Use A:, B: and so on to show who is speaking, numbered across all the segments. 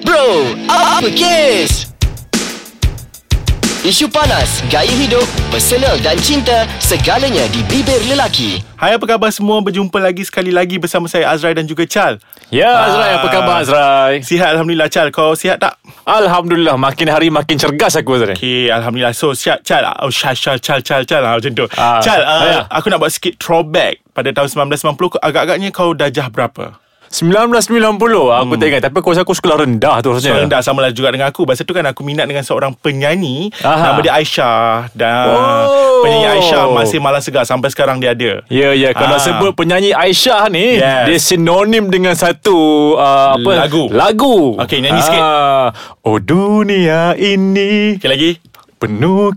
A: Bro, apa kes? Isu panas, gaya hidup, personal dan cinta, segalanya di bibir lelaki.
B: Hai apa khabar semua Berjumpa lagi sekali lagi Bersama saya Azrai dan juga Chal
C: Ya Azrai,
B: Ah.
C: apa khabar Azrai?
B: Sihat Alhamdulillah Chal Kau sihat tak?
C: Alhamdulillah, makin hari makin cergas aku Azrai.
B: Okay Alhamdulillah So sihat Chal oh, Chal Chal Chal Chal Chal ah, Macam tu
C: Ah,
B: Chal uh,
C: ayah.
B: Aku nak buat sikit throwback Pada tahun 1990 Agak-agaknya kau dajah berapa?
C: 1990 aku tak ingat, tapi aku rasa aku sekolah rendah
B: Yeah.
C: tu rasanya.
B: Hmm. Rendah sama lah juga dengan aku Masa tu kan aku minat dengan seorang penyanyi
C: Aha.
B: Nama dia Aisyah Dan
C: Oh.
B: penyanyi Aisyah masih malas segar Sampai sekarang dia ada
C: Ya, ya. Kalau
B: Ah.
C: sebut penyanyi Aisyah ni,
B: Yes.
C: dia sinonim dengan satu uh, apa?
B: Lagu.
C: Lagu. Ah.
B: Okey, nyanyi sikit.
C: Oh dunia ini
B: Okay lagi
C: penuh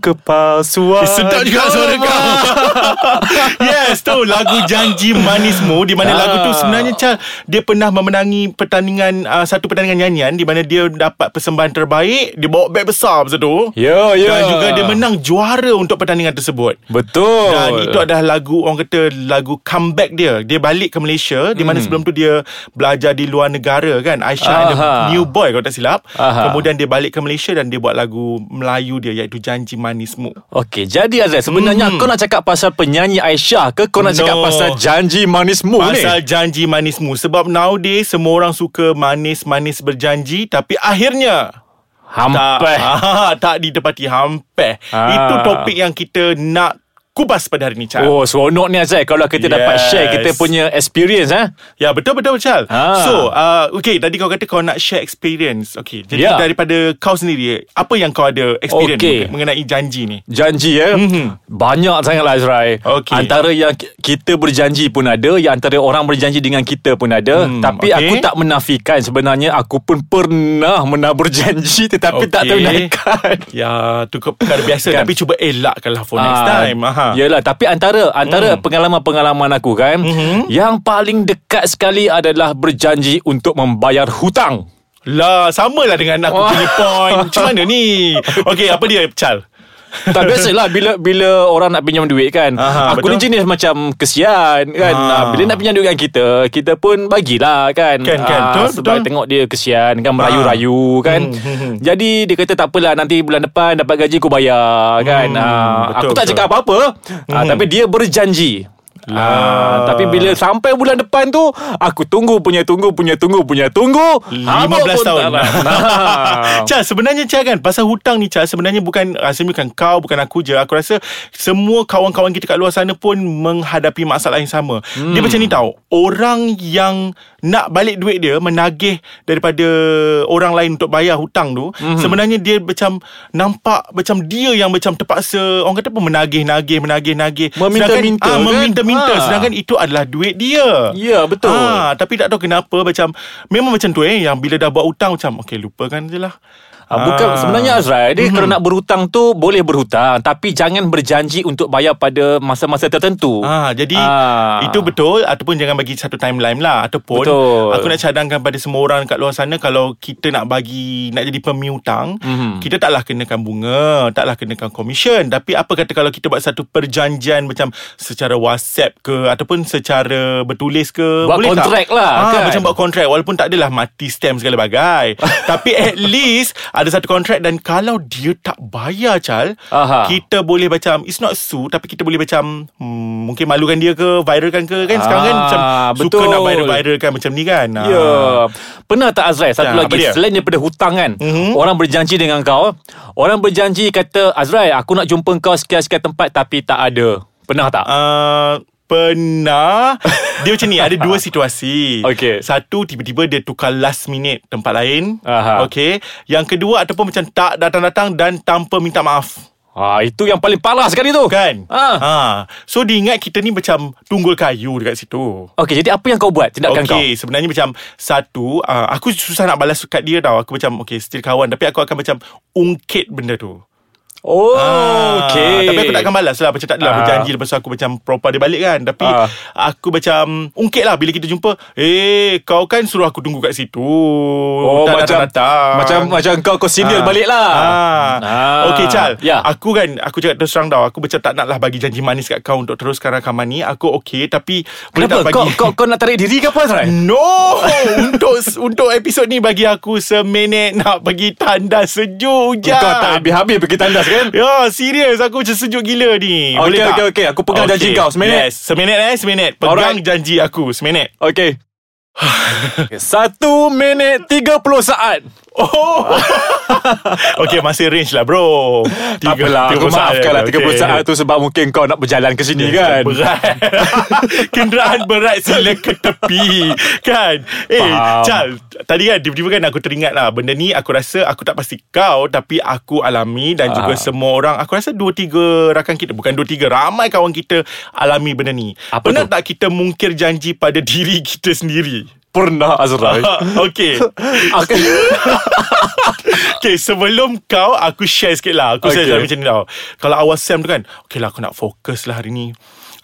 B: Eh,
C: kepalsuan. Ya,
B: Ah, yes tu Lagu Janji Manismu Di mana
C: Ah.
B: lagu tu sebenarnya Chal Dia pernah memenangi Pertandingan uh, Satu pertandingan nyanyian Di mana dia dapat Persembahan terbaik Dia bawa beg besar masa tu
C: Ya, ya.
B: Dan juga dia menang juara Untuk pertandingan tersebut
C: Betul.
B: Dan itu adalah lagu Orang kata Lagu comeback dia Dia balik ke Malaysia Di
C: Hmm.
B: mana sebelum tu dia Belajar di luar negara kan Aisyah and the
C: Aha.
B: New Boy Kalau tak silap
C: Aha.
B: Kemudian dia balik ke Malaysia Dan dia buat lagu Melayu dia Iaitu Janji Manismu
C: Okey, jadi Azrai, sebenarnya
B: Hmm.
C: kau nak cakap pasal penyanyi Aisyah ke kau nak cakap
B: No.
C: pasal janji manismu ni?
B: Pasal janji manismu Sebab nowadays Semua orang suka manis-manis berjanji Tapi akhirnya
C: Hampir.
B: Tak, Ah, tak ditepati Hampir
C: Ah.
B: Itu topik yang kita nak Kupas pada hari ni Chal
C: Oh, seronok ni Azrai kalau kita yes. dapat
B: Yes.
C: share kita punya experience eh.
B: Ya betul-betul Chal
C: Ah.
B: So uh, Okay tadi kau kata Kau nak share experience Okay Jadi
C: Ya.
B: daripada kau sendiri Apa yang kau ada Experience
C: Okey.
B: mengenai janji ni
C: Janji eh mm-hmm. Banyak sangatlah
B: Mhm.
C: Azrai
B: Okey.
C: Antara yang ki- kita berjanji pun ada Yang antara orang berjanji dengan kita pun ada
B: Hmm, okey.
C: Tapi aku tak menafikan Sebenarnya aku pun pernah menabur janji Tetapi tak
B: Okey.
C: ternaikkan
B: Ya tu ke- perkara biasa
C: Kan.
B: Tapi cuba elakkanlah For next
C: Ah,
B: time Aha. Hmm.
C: Yelah Tapi antara Antara pengalaman-pengalaman aku kan
B: Mhm.
C: mm-hmm. Yang paling dekat sekali Adalah berjanji Untuk membayar hutang
B: Lah sama lah dengan aku punya point Macam mana ni Okay apa dia Chal
C: Tak biasalah Bila bila orang nak pinjam duit kan
B: Aha,
C: Aku ni
B: betul.
C: jenis macam Kesian kan
B: Ah.
C: Ah, Bila nak pinjam duit dengan kita Kita pun bagilah kan
B: Kan, kan.
C: Ah,
B: Betul,
C: Sebab
B: betul. Ah. Hmm,
C: tengok dia kesian kan Merayu-rayu kan Jadi dia kata tak apalah Nanti bulan depan dapat gaji kau bayar kan
B: Hmm, betul,
C: Ah, Aku tak
B: betul. Hmm.
C: cakap apa-apa Ah, Tapi dia berjanji Ah, tapi bila sampai bulan depan tu aku tunggu punya tunggu punya tunggu punya tunggu
B: 15 tahun
C: lah. Ah.
B: Chal sebenarnya Chal kan Pasal hutang ni Chal Sebenarnya bukan Rasanya bukan kau Bukan aku je Aku rasa Semua kawan-kawan kita kat luar sana pun Menghadapi masalah yang sama
C: Hmm.
B: Dia macam ni tau Orang yang Nak balik duit dia Menagih Daripada Orang lain untuk bayar hutang tu
C: Hmm.
B: Sebenarnya dia macam Nampak Macam dia yang macam terpaksa Orang kata apa Menagih-nagih Menagih-nagih
C: Meminta-minta,
B: Sedangkan- ah,
C: kan?
B: Meminta-minta
C: Ah.
B: Sedangkan itu adalah duit dia
C: Ya, betul.
B: Ah, tapi tak tahu kenapa macam memang macam tu eh yang bila dah buat hutang macam okey lupakan je lah.
C: Ah, bukan sebenarnya Azrai dia mm-hmm. kalau nak berhutang tu boleh berhutang tapi jangan berjanji untuk bayar pada masa-masa tertentu.
B: Ah, jadi
C: Ah.
B: itu betul ataupun jangan bagi satu timeline lah ataupun
C: Betul.
B: aku nak cadangkan pada semua orang kat luar sana kalau kita nak bagi nak jadi pemiutang mm-hmm.
C: Mhm.
B: kita taklah kenakan bunga taklah kenakan komisen tapi apa kata kalau kita buat satu perjanjian macam secara WhatsApp ke ataupun secara bertulis ke
C: Buat
B: boleh
C: kontrak
B: tak?
C: lah,
B: ah,
C: kan?
B: macam buat kontrak walaupun tak adalah mati stem segala bagai tapi at least ada satu kontrak dan kalau dia tak bayar Chal
C: Aha.
B: kita kita boleh macam it's not sue tapi kita boleh macam hmm, mungkin malukan dia ke viralkan ke kan sekarang kan
C: Ah,
B: macam suka
C: betul.
B: nak viral-viralkan macam ni kan.
C: Ya. Yeah. Pernah tak Azrai satu
B: Ya,
C: lagi
B: apa dia?
C: selain daripada hutang kan mm-hmm. orang berjanji dengan kau orang berjanji kata Azrai aku nak jumpa kau sekian-sekian tempat tapi tak ada. Pernah tak?
B: Uh, pernah dia macam ni ada dua situasi.
C: Okey.
B: Satu tiba-tiba dia tukar last minute tempat lain.
C: Aha.
B: Okey. Yang kedua ataupun macam tak datang-datang dan tanpa minta maaf.
C: Ah itu yang paling parah sekali tu.
B: Kan?
C: Ah.
B: Ha. So dia ingat kita ni macam tunggul kayu dekat situ.
C: Okey jadi apa yang kau buat tindakan kau?
B: okay, sebenarnya macam satu, uh, aku susah nak balas kat dia tau. Aku macam okay, still kawan tapi aku akan macam ungkit benda tu.
C: Oh,
B: Ah,
C: okay.
B: Tapi aku takkan balas lah Macam tak adalah
C: Ah.
B: berjanji Lepas tu aku macam Propa dia balik kan Tapi
C: Ah.
B: Aku macam Ungkit lah Bila kita jumpa Eh kau kan suruh aku tunggu kat situ
C: Oh
B: tak
C: macam
B: datang-datang.
C: macam macam kau kau
B: Ah.
C: sindir balik lah.
B: ah.
C: Ah.
B: Okay Chal
C: Ya.
B: Aku kan Aku cakap terus terang tau Aku macam tak nak lah Bagi janji manis kat kau Untuk teruskan rakaman ni Aku okay Tapi boleh tak
C: Kenapa
B: bagi
C: kau, kau kau nak tarik diri ke apa Azrai?
B: No Untuk untuk episod ni Bagi aku seminit Nak bagi tanda sejuk hujan
C: Kau tak habis-habis pergi tandas kan?
B: Ya, serius aku macam sejuk gila ni.
C: Okey, okey, okey. Aku pegang janji kau. Seminit.
B: Yes, seminit eh, seminit. Pegang
C: Alright.
B: janji aku, seminit.
C: Okey. Satu minit tiga puluh saat.
B: Oh. okey, masih range lah bro.
C: Tak apalah, aku maafkanlah tiga puluh saat tu sebab mungkin kau nak berjalan ke sini kan.
B: Berat Kenderaan berat Sila ke tepi Kan Eh
C: Faham.
B: Chal Tadi kan Tiba-tiba kan aku teringat lah Benda ni aku rasa Aku tak pasti kau Tapi aku alami Dan
C: Ah.
B: juga semua orang Aku rasa dua tiga rakan kita Bukan dua tiga Ramai kawan kita Alami benda ni
C: Apa
B: Pernah
C: tu?
B: tak kita mungkir janji Pada diri kita sendiri
C: Pernah Azrai. Ah, kan?
B: Okay
C: Aku
B: Okay sebelum kau Aku share sikit lah Aku okay.
C: Okay.
B: share macam ni tau Kalau awal SEM tu kan Okay lah aku nak fokus lah hari ni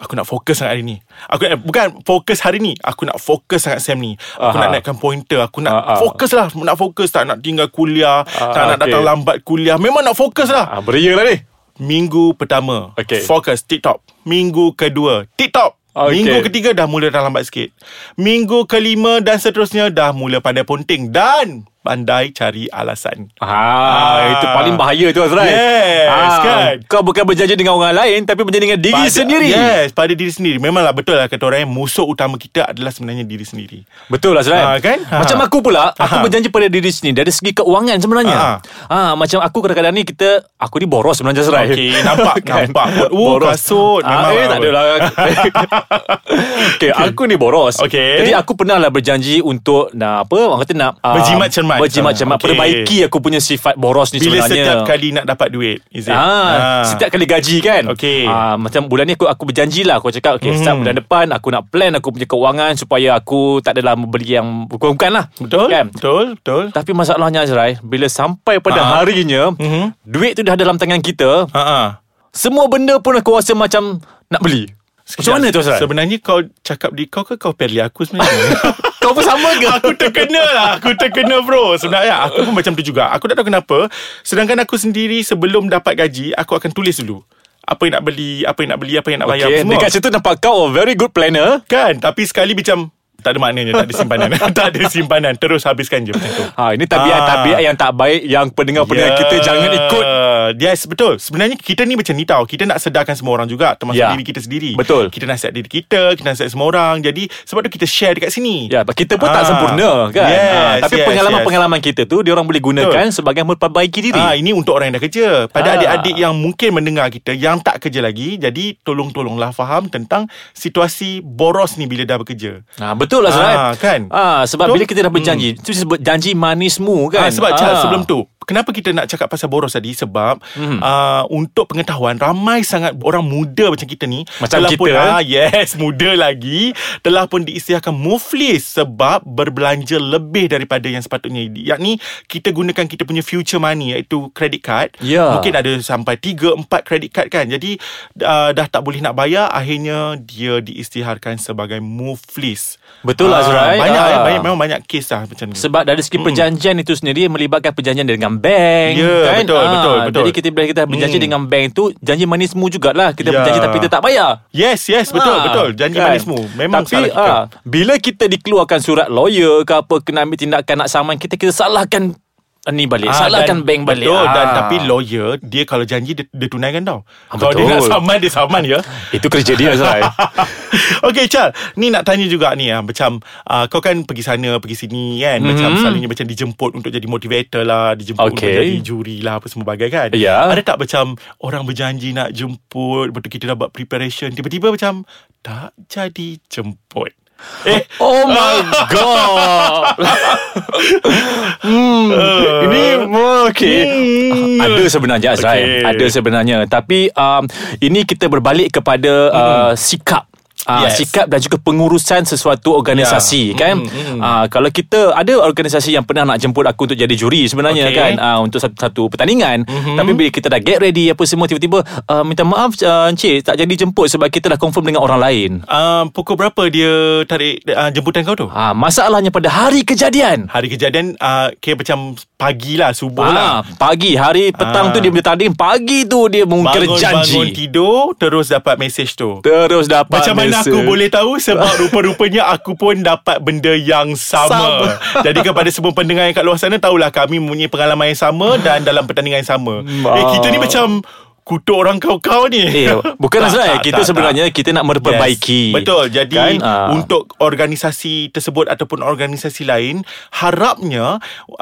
B: Aku nak fokus sangat hari ni Aku eh, Bukan fokus hari ni Aku nak fokus sangat SEM ni Aku
C: Aha.
B: nak naikkan pointer Aku nak
C: Ah, ah.
B: fokus lah Nak fokus tak nak tinggal kuliah Tak nak
C: okay.
B: datang lambat kuliah Memang nak fokus lah
C: ah, beria lah ni.
B: Minggu pertama
C: Okay.
B: Fokus TikTok Minggu kedua TikTok
C: Okay.
B: Minggu ketiga dah mula dah lambat sikit Minggu kelima dan seterusnya Dah mula pandai ponting Dan pandai cari alasan
C: Ah, itu paling bahaya tu Azrai. Ah,
B: Yes, kan?
C: Kau bukan berjanji dengan orang lain tapi berjanji dengan diri
B: Pada-
C: sendiri.
B: Yes Pada diri sendiri Memanglah betul lah Kata orang yang Musuh utama kita Adalah sebenarnya diri sendiri
C: Betul lah Azrai
B: Ah, kan? Ah.
C: Macam aku pula Aku berjanji pada diri sendiri Dari segi keuangan sebenarnya
B: Ah.
C: Ah, Macam aku kadang-kadang ni kita Aku ni boros sebenarnya Azrai
B: Okey, nampak, nampak. Oh, kasut. Memang
C: ah, Eh
B: lah.
C: tak adalah okay, Aku ni boros
B: Okey.
C: Jadi aku pernah lah berjanji Untuk nak apa Orang kata nak ah,
B: Berjimat cermat.
C: Berjimat
B: Ah,
C: cermat
B: okey.
C: Perbaiki aku punya sifat boros ni
B: Bila
C: sebenarnya
B: setiap kali nak dapat duit Is it?
C: Ah, setiap kali gaji kan.
B: Okey. Mhm.
C: Ah, macam bulan ni aku aku berjanji lah aku cakap okey, mm. start bulan depan aku nak plan aku punya keuangan supaya aku tak adalah membeli yang bukan-bukan lah.
B: Betul
C: Kan?
B: Betul Betul
C: Tapi masalahnya Azrai, bila sampai pada
B: Ah.
C: harinya, mm-hmm. duit tu dah dalam tangan kita,
B: Ha ah.
C: semua benda pun aku rasa macam nak beli. Macam mana tu Azrai?
B: Sebenarnya kau cakap di kau ke kau pilih aku sebenarnya?
C: Kau pun sama ke?
B: aku terkena lah Aku terkena bro Sebenarnya aku pun macam tu juga Aku tak tahu kenapa Sedangkan aku sendiri Sebelum dapat gaji Aku akan tulis dulu Apa yang nak beli Apa yang nak beli Apa yang nak bayar okay,
C: okay,
B: semua
C: dekat situ nampak kau a very good planner.
B: Kan Tapi sekali macam Tak ada maknanya Tak ada simpanan Tak ada simpanan Terus habiskan je macam tu Ya.
C: Ha, ini
B: Ah.
C: tabiat-tabiat yang tak baik yang pendengar-pendengar yeah. kita jangan ikut.
B: Yes betul Sebenarnya kita ni macam ni tau Kita nak sedarkan semua orang juga Termasuk
C: Ya.
B: yeah. diri kita sendiri
C: Betul.
B: Kita nasihat diri kita Kita nasihat semua orang Jadi sebab tu kita share dekat sini
C: Ya, kita pun
B: Ah.
C: tak sempurna kan.
B: Yes,
C: Ah, tapi
B: yes,
C: pengalaman-pengalaman kita tu dia orang boleh gunakan sebagai memperbaiki diri.
B: Ah ini untuk orang yang dah kerja. Pada
C: Ah.
B: adik-adik yang mungkin mendengar kita yang tak kerja lagi, jadi tolong-tolonglah faham tentang situasi boros ni bila dah bekerja.
C: Ah, betul lah Zahid.
B: Ah, kan?
C: Ah, sebab
B: Betul?
C: bila kita dah berjanji, hmm. tu disebut janji manismu
B: Ah,
C: kan.
B: sebab Chal, sebelum tu Kenapa kita nak cakap pasal boros tadi Sebab mm.
C: Mhm.
B: uh, Untuk pengetahuan Ramai sangat orang muda macam kita ni
C: Macam
B: telah
C: kita,
B: pun,
C: eh?
B: ah, Yes, muda lagi Telah pun diisytiharkan muflis Sebab berbelanja lebih daripada yang sepatutnya Yakni kita gunakan kita punya future money Iaitu credit card
C: Ya.
B: Mungkin ada sampai 3-4 credit card kan Jadi uh, dah tak boleh nak bayar Akhirnya dia diisytiharkan sebagai muflis
C: Betul lah,
B: Ah,
C: Azrai.
B: Banyak,
C: Ah.
B: eh, banyak, memang banyak kes lah macam ni
C: sebab dari segi perjanjian itu sendiri melibatkan perjanjian dengan bank
B: Ya,
C: kan.
B: betul, betul, betul.
C: Jadi kita bila kita berjanji
B: Hmm.
C: dengan bank tu janji manismu jugalah. Kita
B: Ya.
C: berjanji tapi kita tak bayar.
B: Yes, yes, betul,
C: Ah,
B: betul. Janji
C: kan?
B: manismu. Memang salah
C: Tapi,
B: kita.
C: ah, bila kita dikeluarkan surat lawyer ke apa kena ambil tindakan nak saman kita kita salahkan ah, ni balik.
B: Ah, dan-
C: salahkan bank balik.
B: Betul,
C: Ah.
B: dan tapi lawyer dia kalau janji dia, dia tunaikan tau.
C: Ah,
B: kalau dia
C: betul.
B: nak saman dia saman ya.
C: itu kerja dia Azrai.
B: okay Chal Ni nak tanya juga ni ah, Macam uh, Kau kan pergi sana Pergi sini kan
C: Mm-hmm.
B: Macam selalunya Macam dijemput Untuk jadi motivator lah Dijemput untuk
C: Okay.
B: jadi juri lah Apa semua bagai kan
C: Ya.
B: Ada tak macam Orang berjanji nak jemput Lepas tu kita dah buat preparation Tiba-tiba macam Tak jadi jemput Eh
C: Oh my god. hmm,
B: Uh.
C: ini okey.
B: Hmm.
C: Ada sebenarnya Azrai,
B: Okey.
C: ada sebenarnya. Tapi um, ini kita berbalik kepada uh, sikap uh,
B: Yes.
C: yes. sikap dan juga pengurusan sesuatu organisasi yeah.
B: Ya.
C: kan.
B: Mm, mm, mm.
C: Uh, kalau kita ada organisasi yang pernah nak jemput aku untuk jadi juri sebenarnya okay.
B: Okay.
C: kan uh, untuk satu, satu pertandingan mm-hmm. tapi bila kita dah get ready apa semua tiba-tiba uh, minta maaf uh, encik tak jadi jemput sebab kita dah confirm dengan orang lain.
B: Uh, pukul berapa dia tarik uh, jemputan kau tu?
C: Ah, masalahnya pada hari kejadian.
B: Hari kejadian uh, kira macam pagi lah, subuh lah.
C: Ah, pagi hari petang
B: Ah.
C: tu dia boleh tanding, pagi tu dia mungkin
B: Bangun,
C: janji.
B: bangun tidur, terus dapat mesej tu.
C: Terus dapat
B: Macam mana
C: mesej.
B: aku boleh tahu Sebab rupa-rupanya Aku pun dapat benda yang sama,
C: Sama.
B: Jadi kepada semua pendengar Yang kat luar sana Tahulah kami mempunyai pengalaman yang sama Dan dalam pertandingan yang sama Eh kita ni macam Kutuk orang kau-kau ni
C: Eh, bukan
B: Tak,
C: sebenarnya
B: tak,
C: kita
B: tak,
C: sebenarnya
B: tak.
C: kita nak
B: Yes.
C: memperbaiki.
B: Betul. Jadi
C: Kan?
B: kan?
C: Ah.
B: untuk organisasi tersebut ataupun organisasi lain, harapnya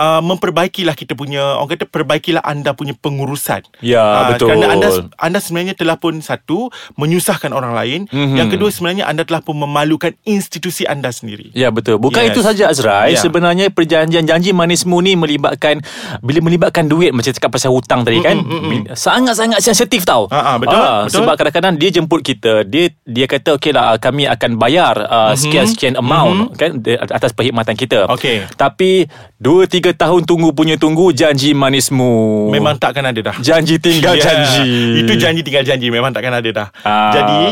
B: uh, memperbaikilah kita punya orang kata perbaikilah anda punya pengurusan. Ah,
C: Ya, betul.
B: Kerana anda anda sebenarnya telah pun satu menyusahkan orang lain,
C: Mhm.
B: mm-hmm. yang kedua sebenarnya anda telah pun memalukan institusi anda sendiri.
C: Ya betul. Bukan
B: Yes.
C: yes. itu saja Azrai.
B: Ya.
C: Sebenarnya perjanjian janji manismu ni melibatkan bila melibatkan duit macam cakap pasal hutang tadi kan. Bi- Sangat-sangat sensitif tau. Ah,
B: Ha, ha, betul, betul.
C: sebab kadang-kadang dia jemput kita, dia dia kata okeylah ah, kami akan bayar ah,
B: Mm-hmm.
C: sekian-sekian amount kan di- atas perkhidmatan kita.
B: Okey.
C: Tapi 2 3 tahun tunggu punya tunggu janji manismu.
B: Memang takkan ada dah. Ya,
C: janji tinggal janji.
B: Itu janji tinggal janji memang takkan ada dah.
C: Ah.
B: Jadi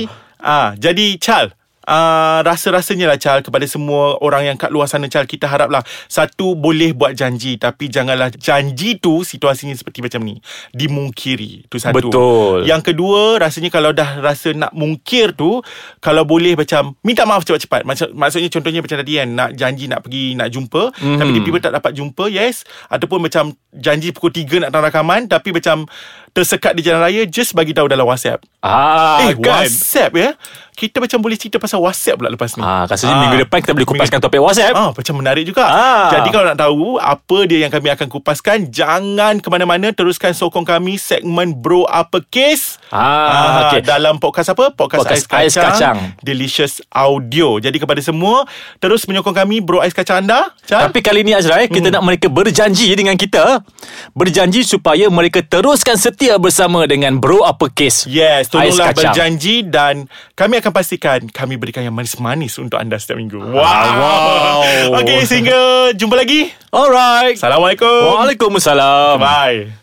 B: ah jadi Chal Uh, rasa-rasanya lah Chal Kepada semua orang yang kat luar sana Chal Kita haraplah Satu boleh buat janji Tapi janganlah janji tu Situasinya seperti macam ni Dimungkiri Itu satu
C: Betul.
B: Yang kedua Rasanya kalau dah rasa nak mungkir tu Kalau boleh macam Minta maaf cepat-cepat Maksud, Maksudnya contohnya macam tadi kan Nak janji nak pergi Nak jumpa
C: Hmm.
B: mm-hmm. Tapi tiba-tiba tak dapat jumpa Yes Ataupun macam Janji pukul 3 nak datang rakaman Tapi macam Tersekat di jalan raya Just bagi tahu dalam WhatsApp
C: Ah,
B: Eh
C: kan?
B: WhatsApp ya Kita macam boleh cerita pasal WhatsApp pula lepas ni
C: Ah, rasanya minggu depan kita boleh kupaskan topik WhatsApp.
B: Ah, macam menarik juga.
C: Ah.
B: Jadi kalau nak tahu apa dia yang kami akan kupaskan, jangan ke mana-mana teruskan sokong kami segmen Bro Apa Kes.
C: Ah, okey.
B: dalam podcast apa? Podcast,
C: Podcast
B: Ais, Kacang,
C: Ais Kacang.
B: Delicious Audio. Jadi kepada semua terus menyokong kami Bro Ais Kacang anda. Chan?
C: Tapi kali ni Azrai Kita nak mereka berjanji dengan kita Berjanji supaya mereka teruskan setia bersama dengan Bro Apa Case
B: Yes, tolonglah
C: Ais kacang.
B: berjanji dan kami akan pastikan kami berikan yang manis-manis untuk anda setiap minggu. Wow.
C: Ah, wow.
B: Okey, sehingga jumpa lagi.
C: Alright
B: Assalamualaikum.
C: Waalaikumsalam
B: Bye.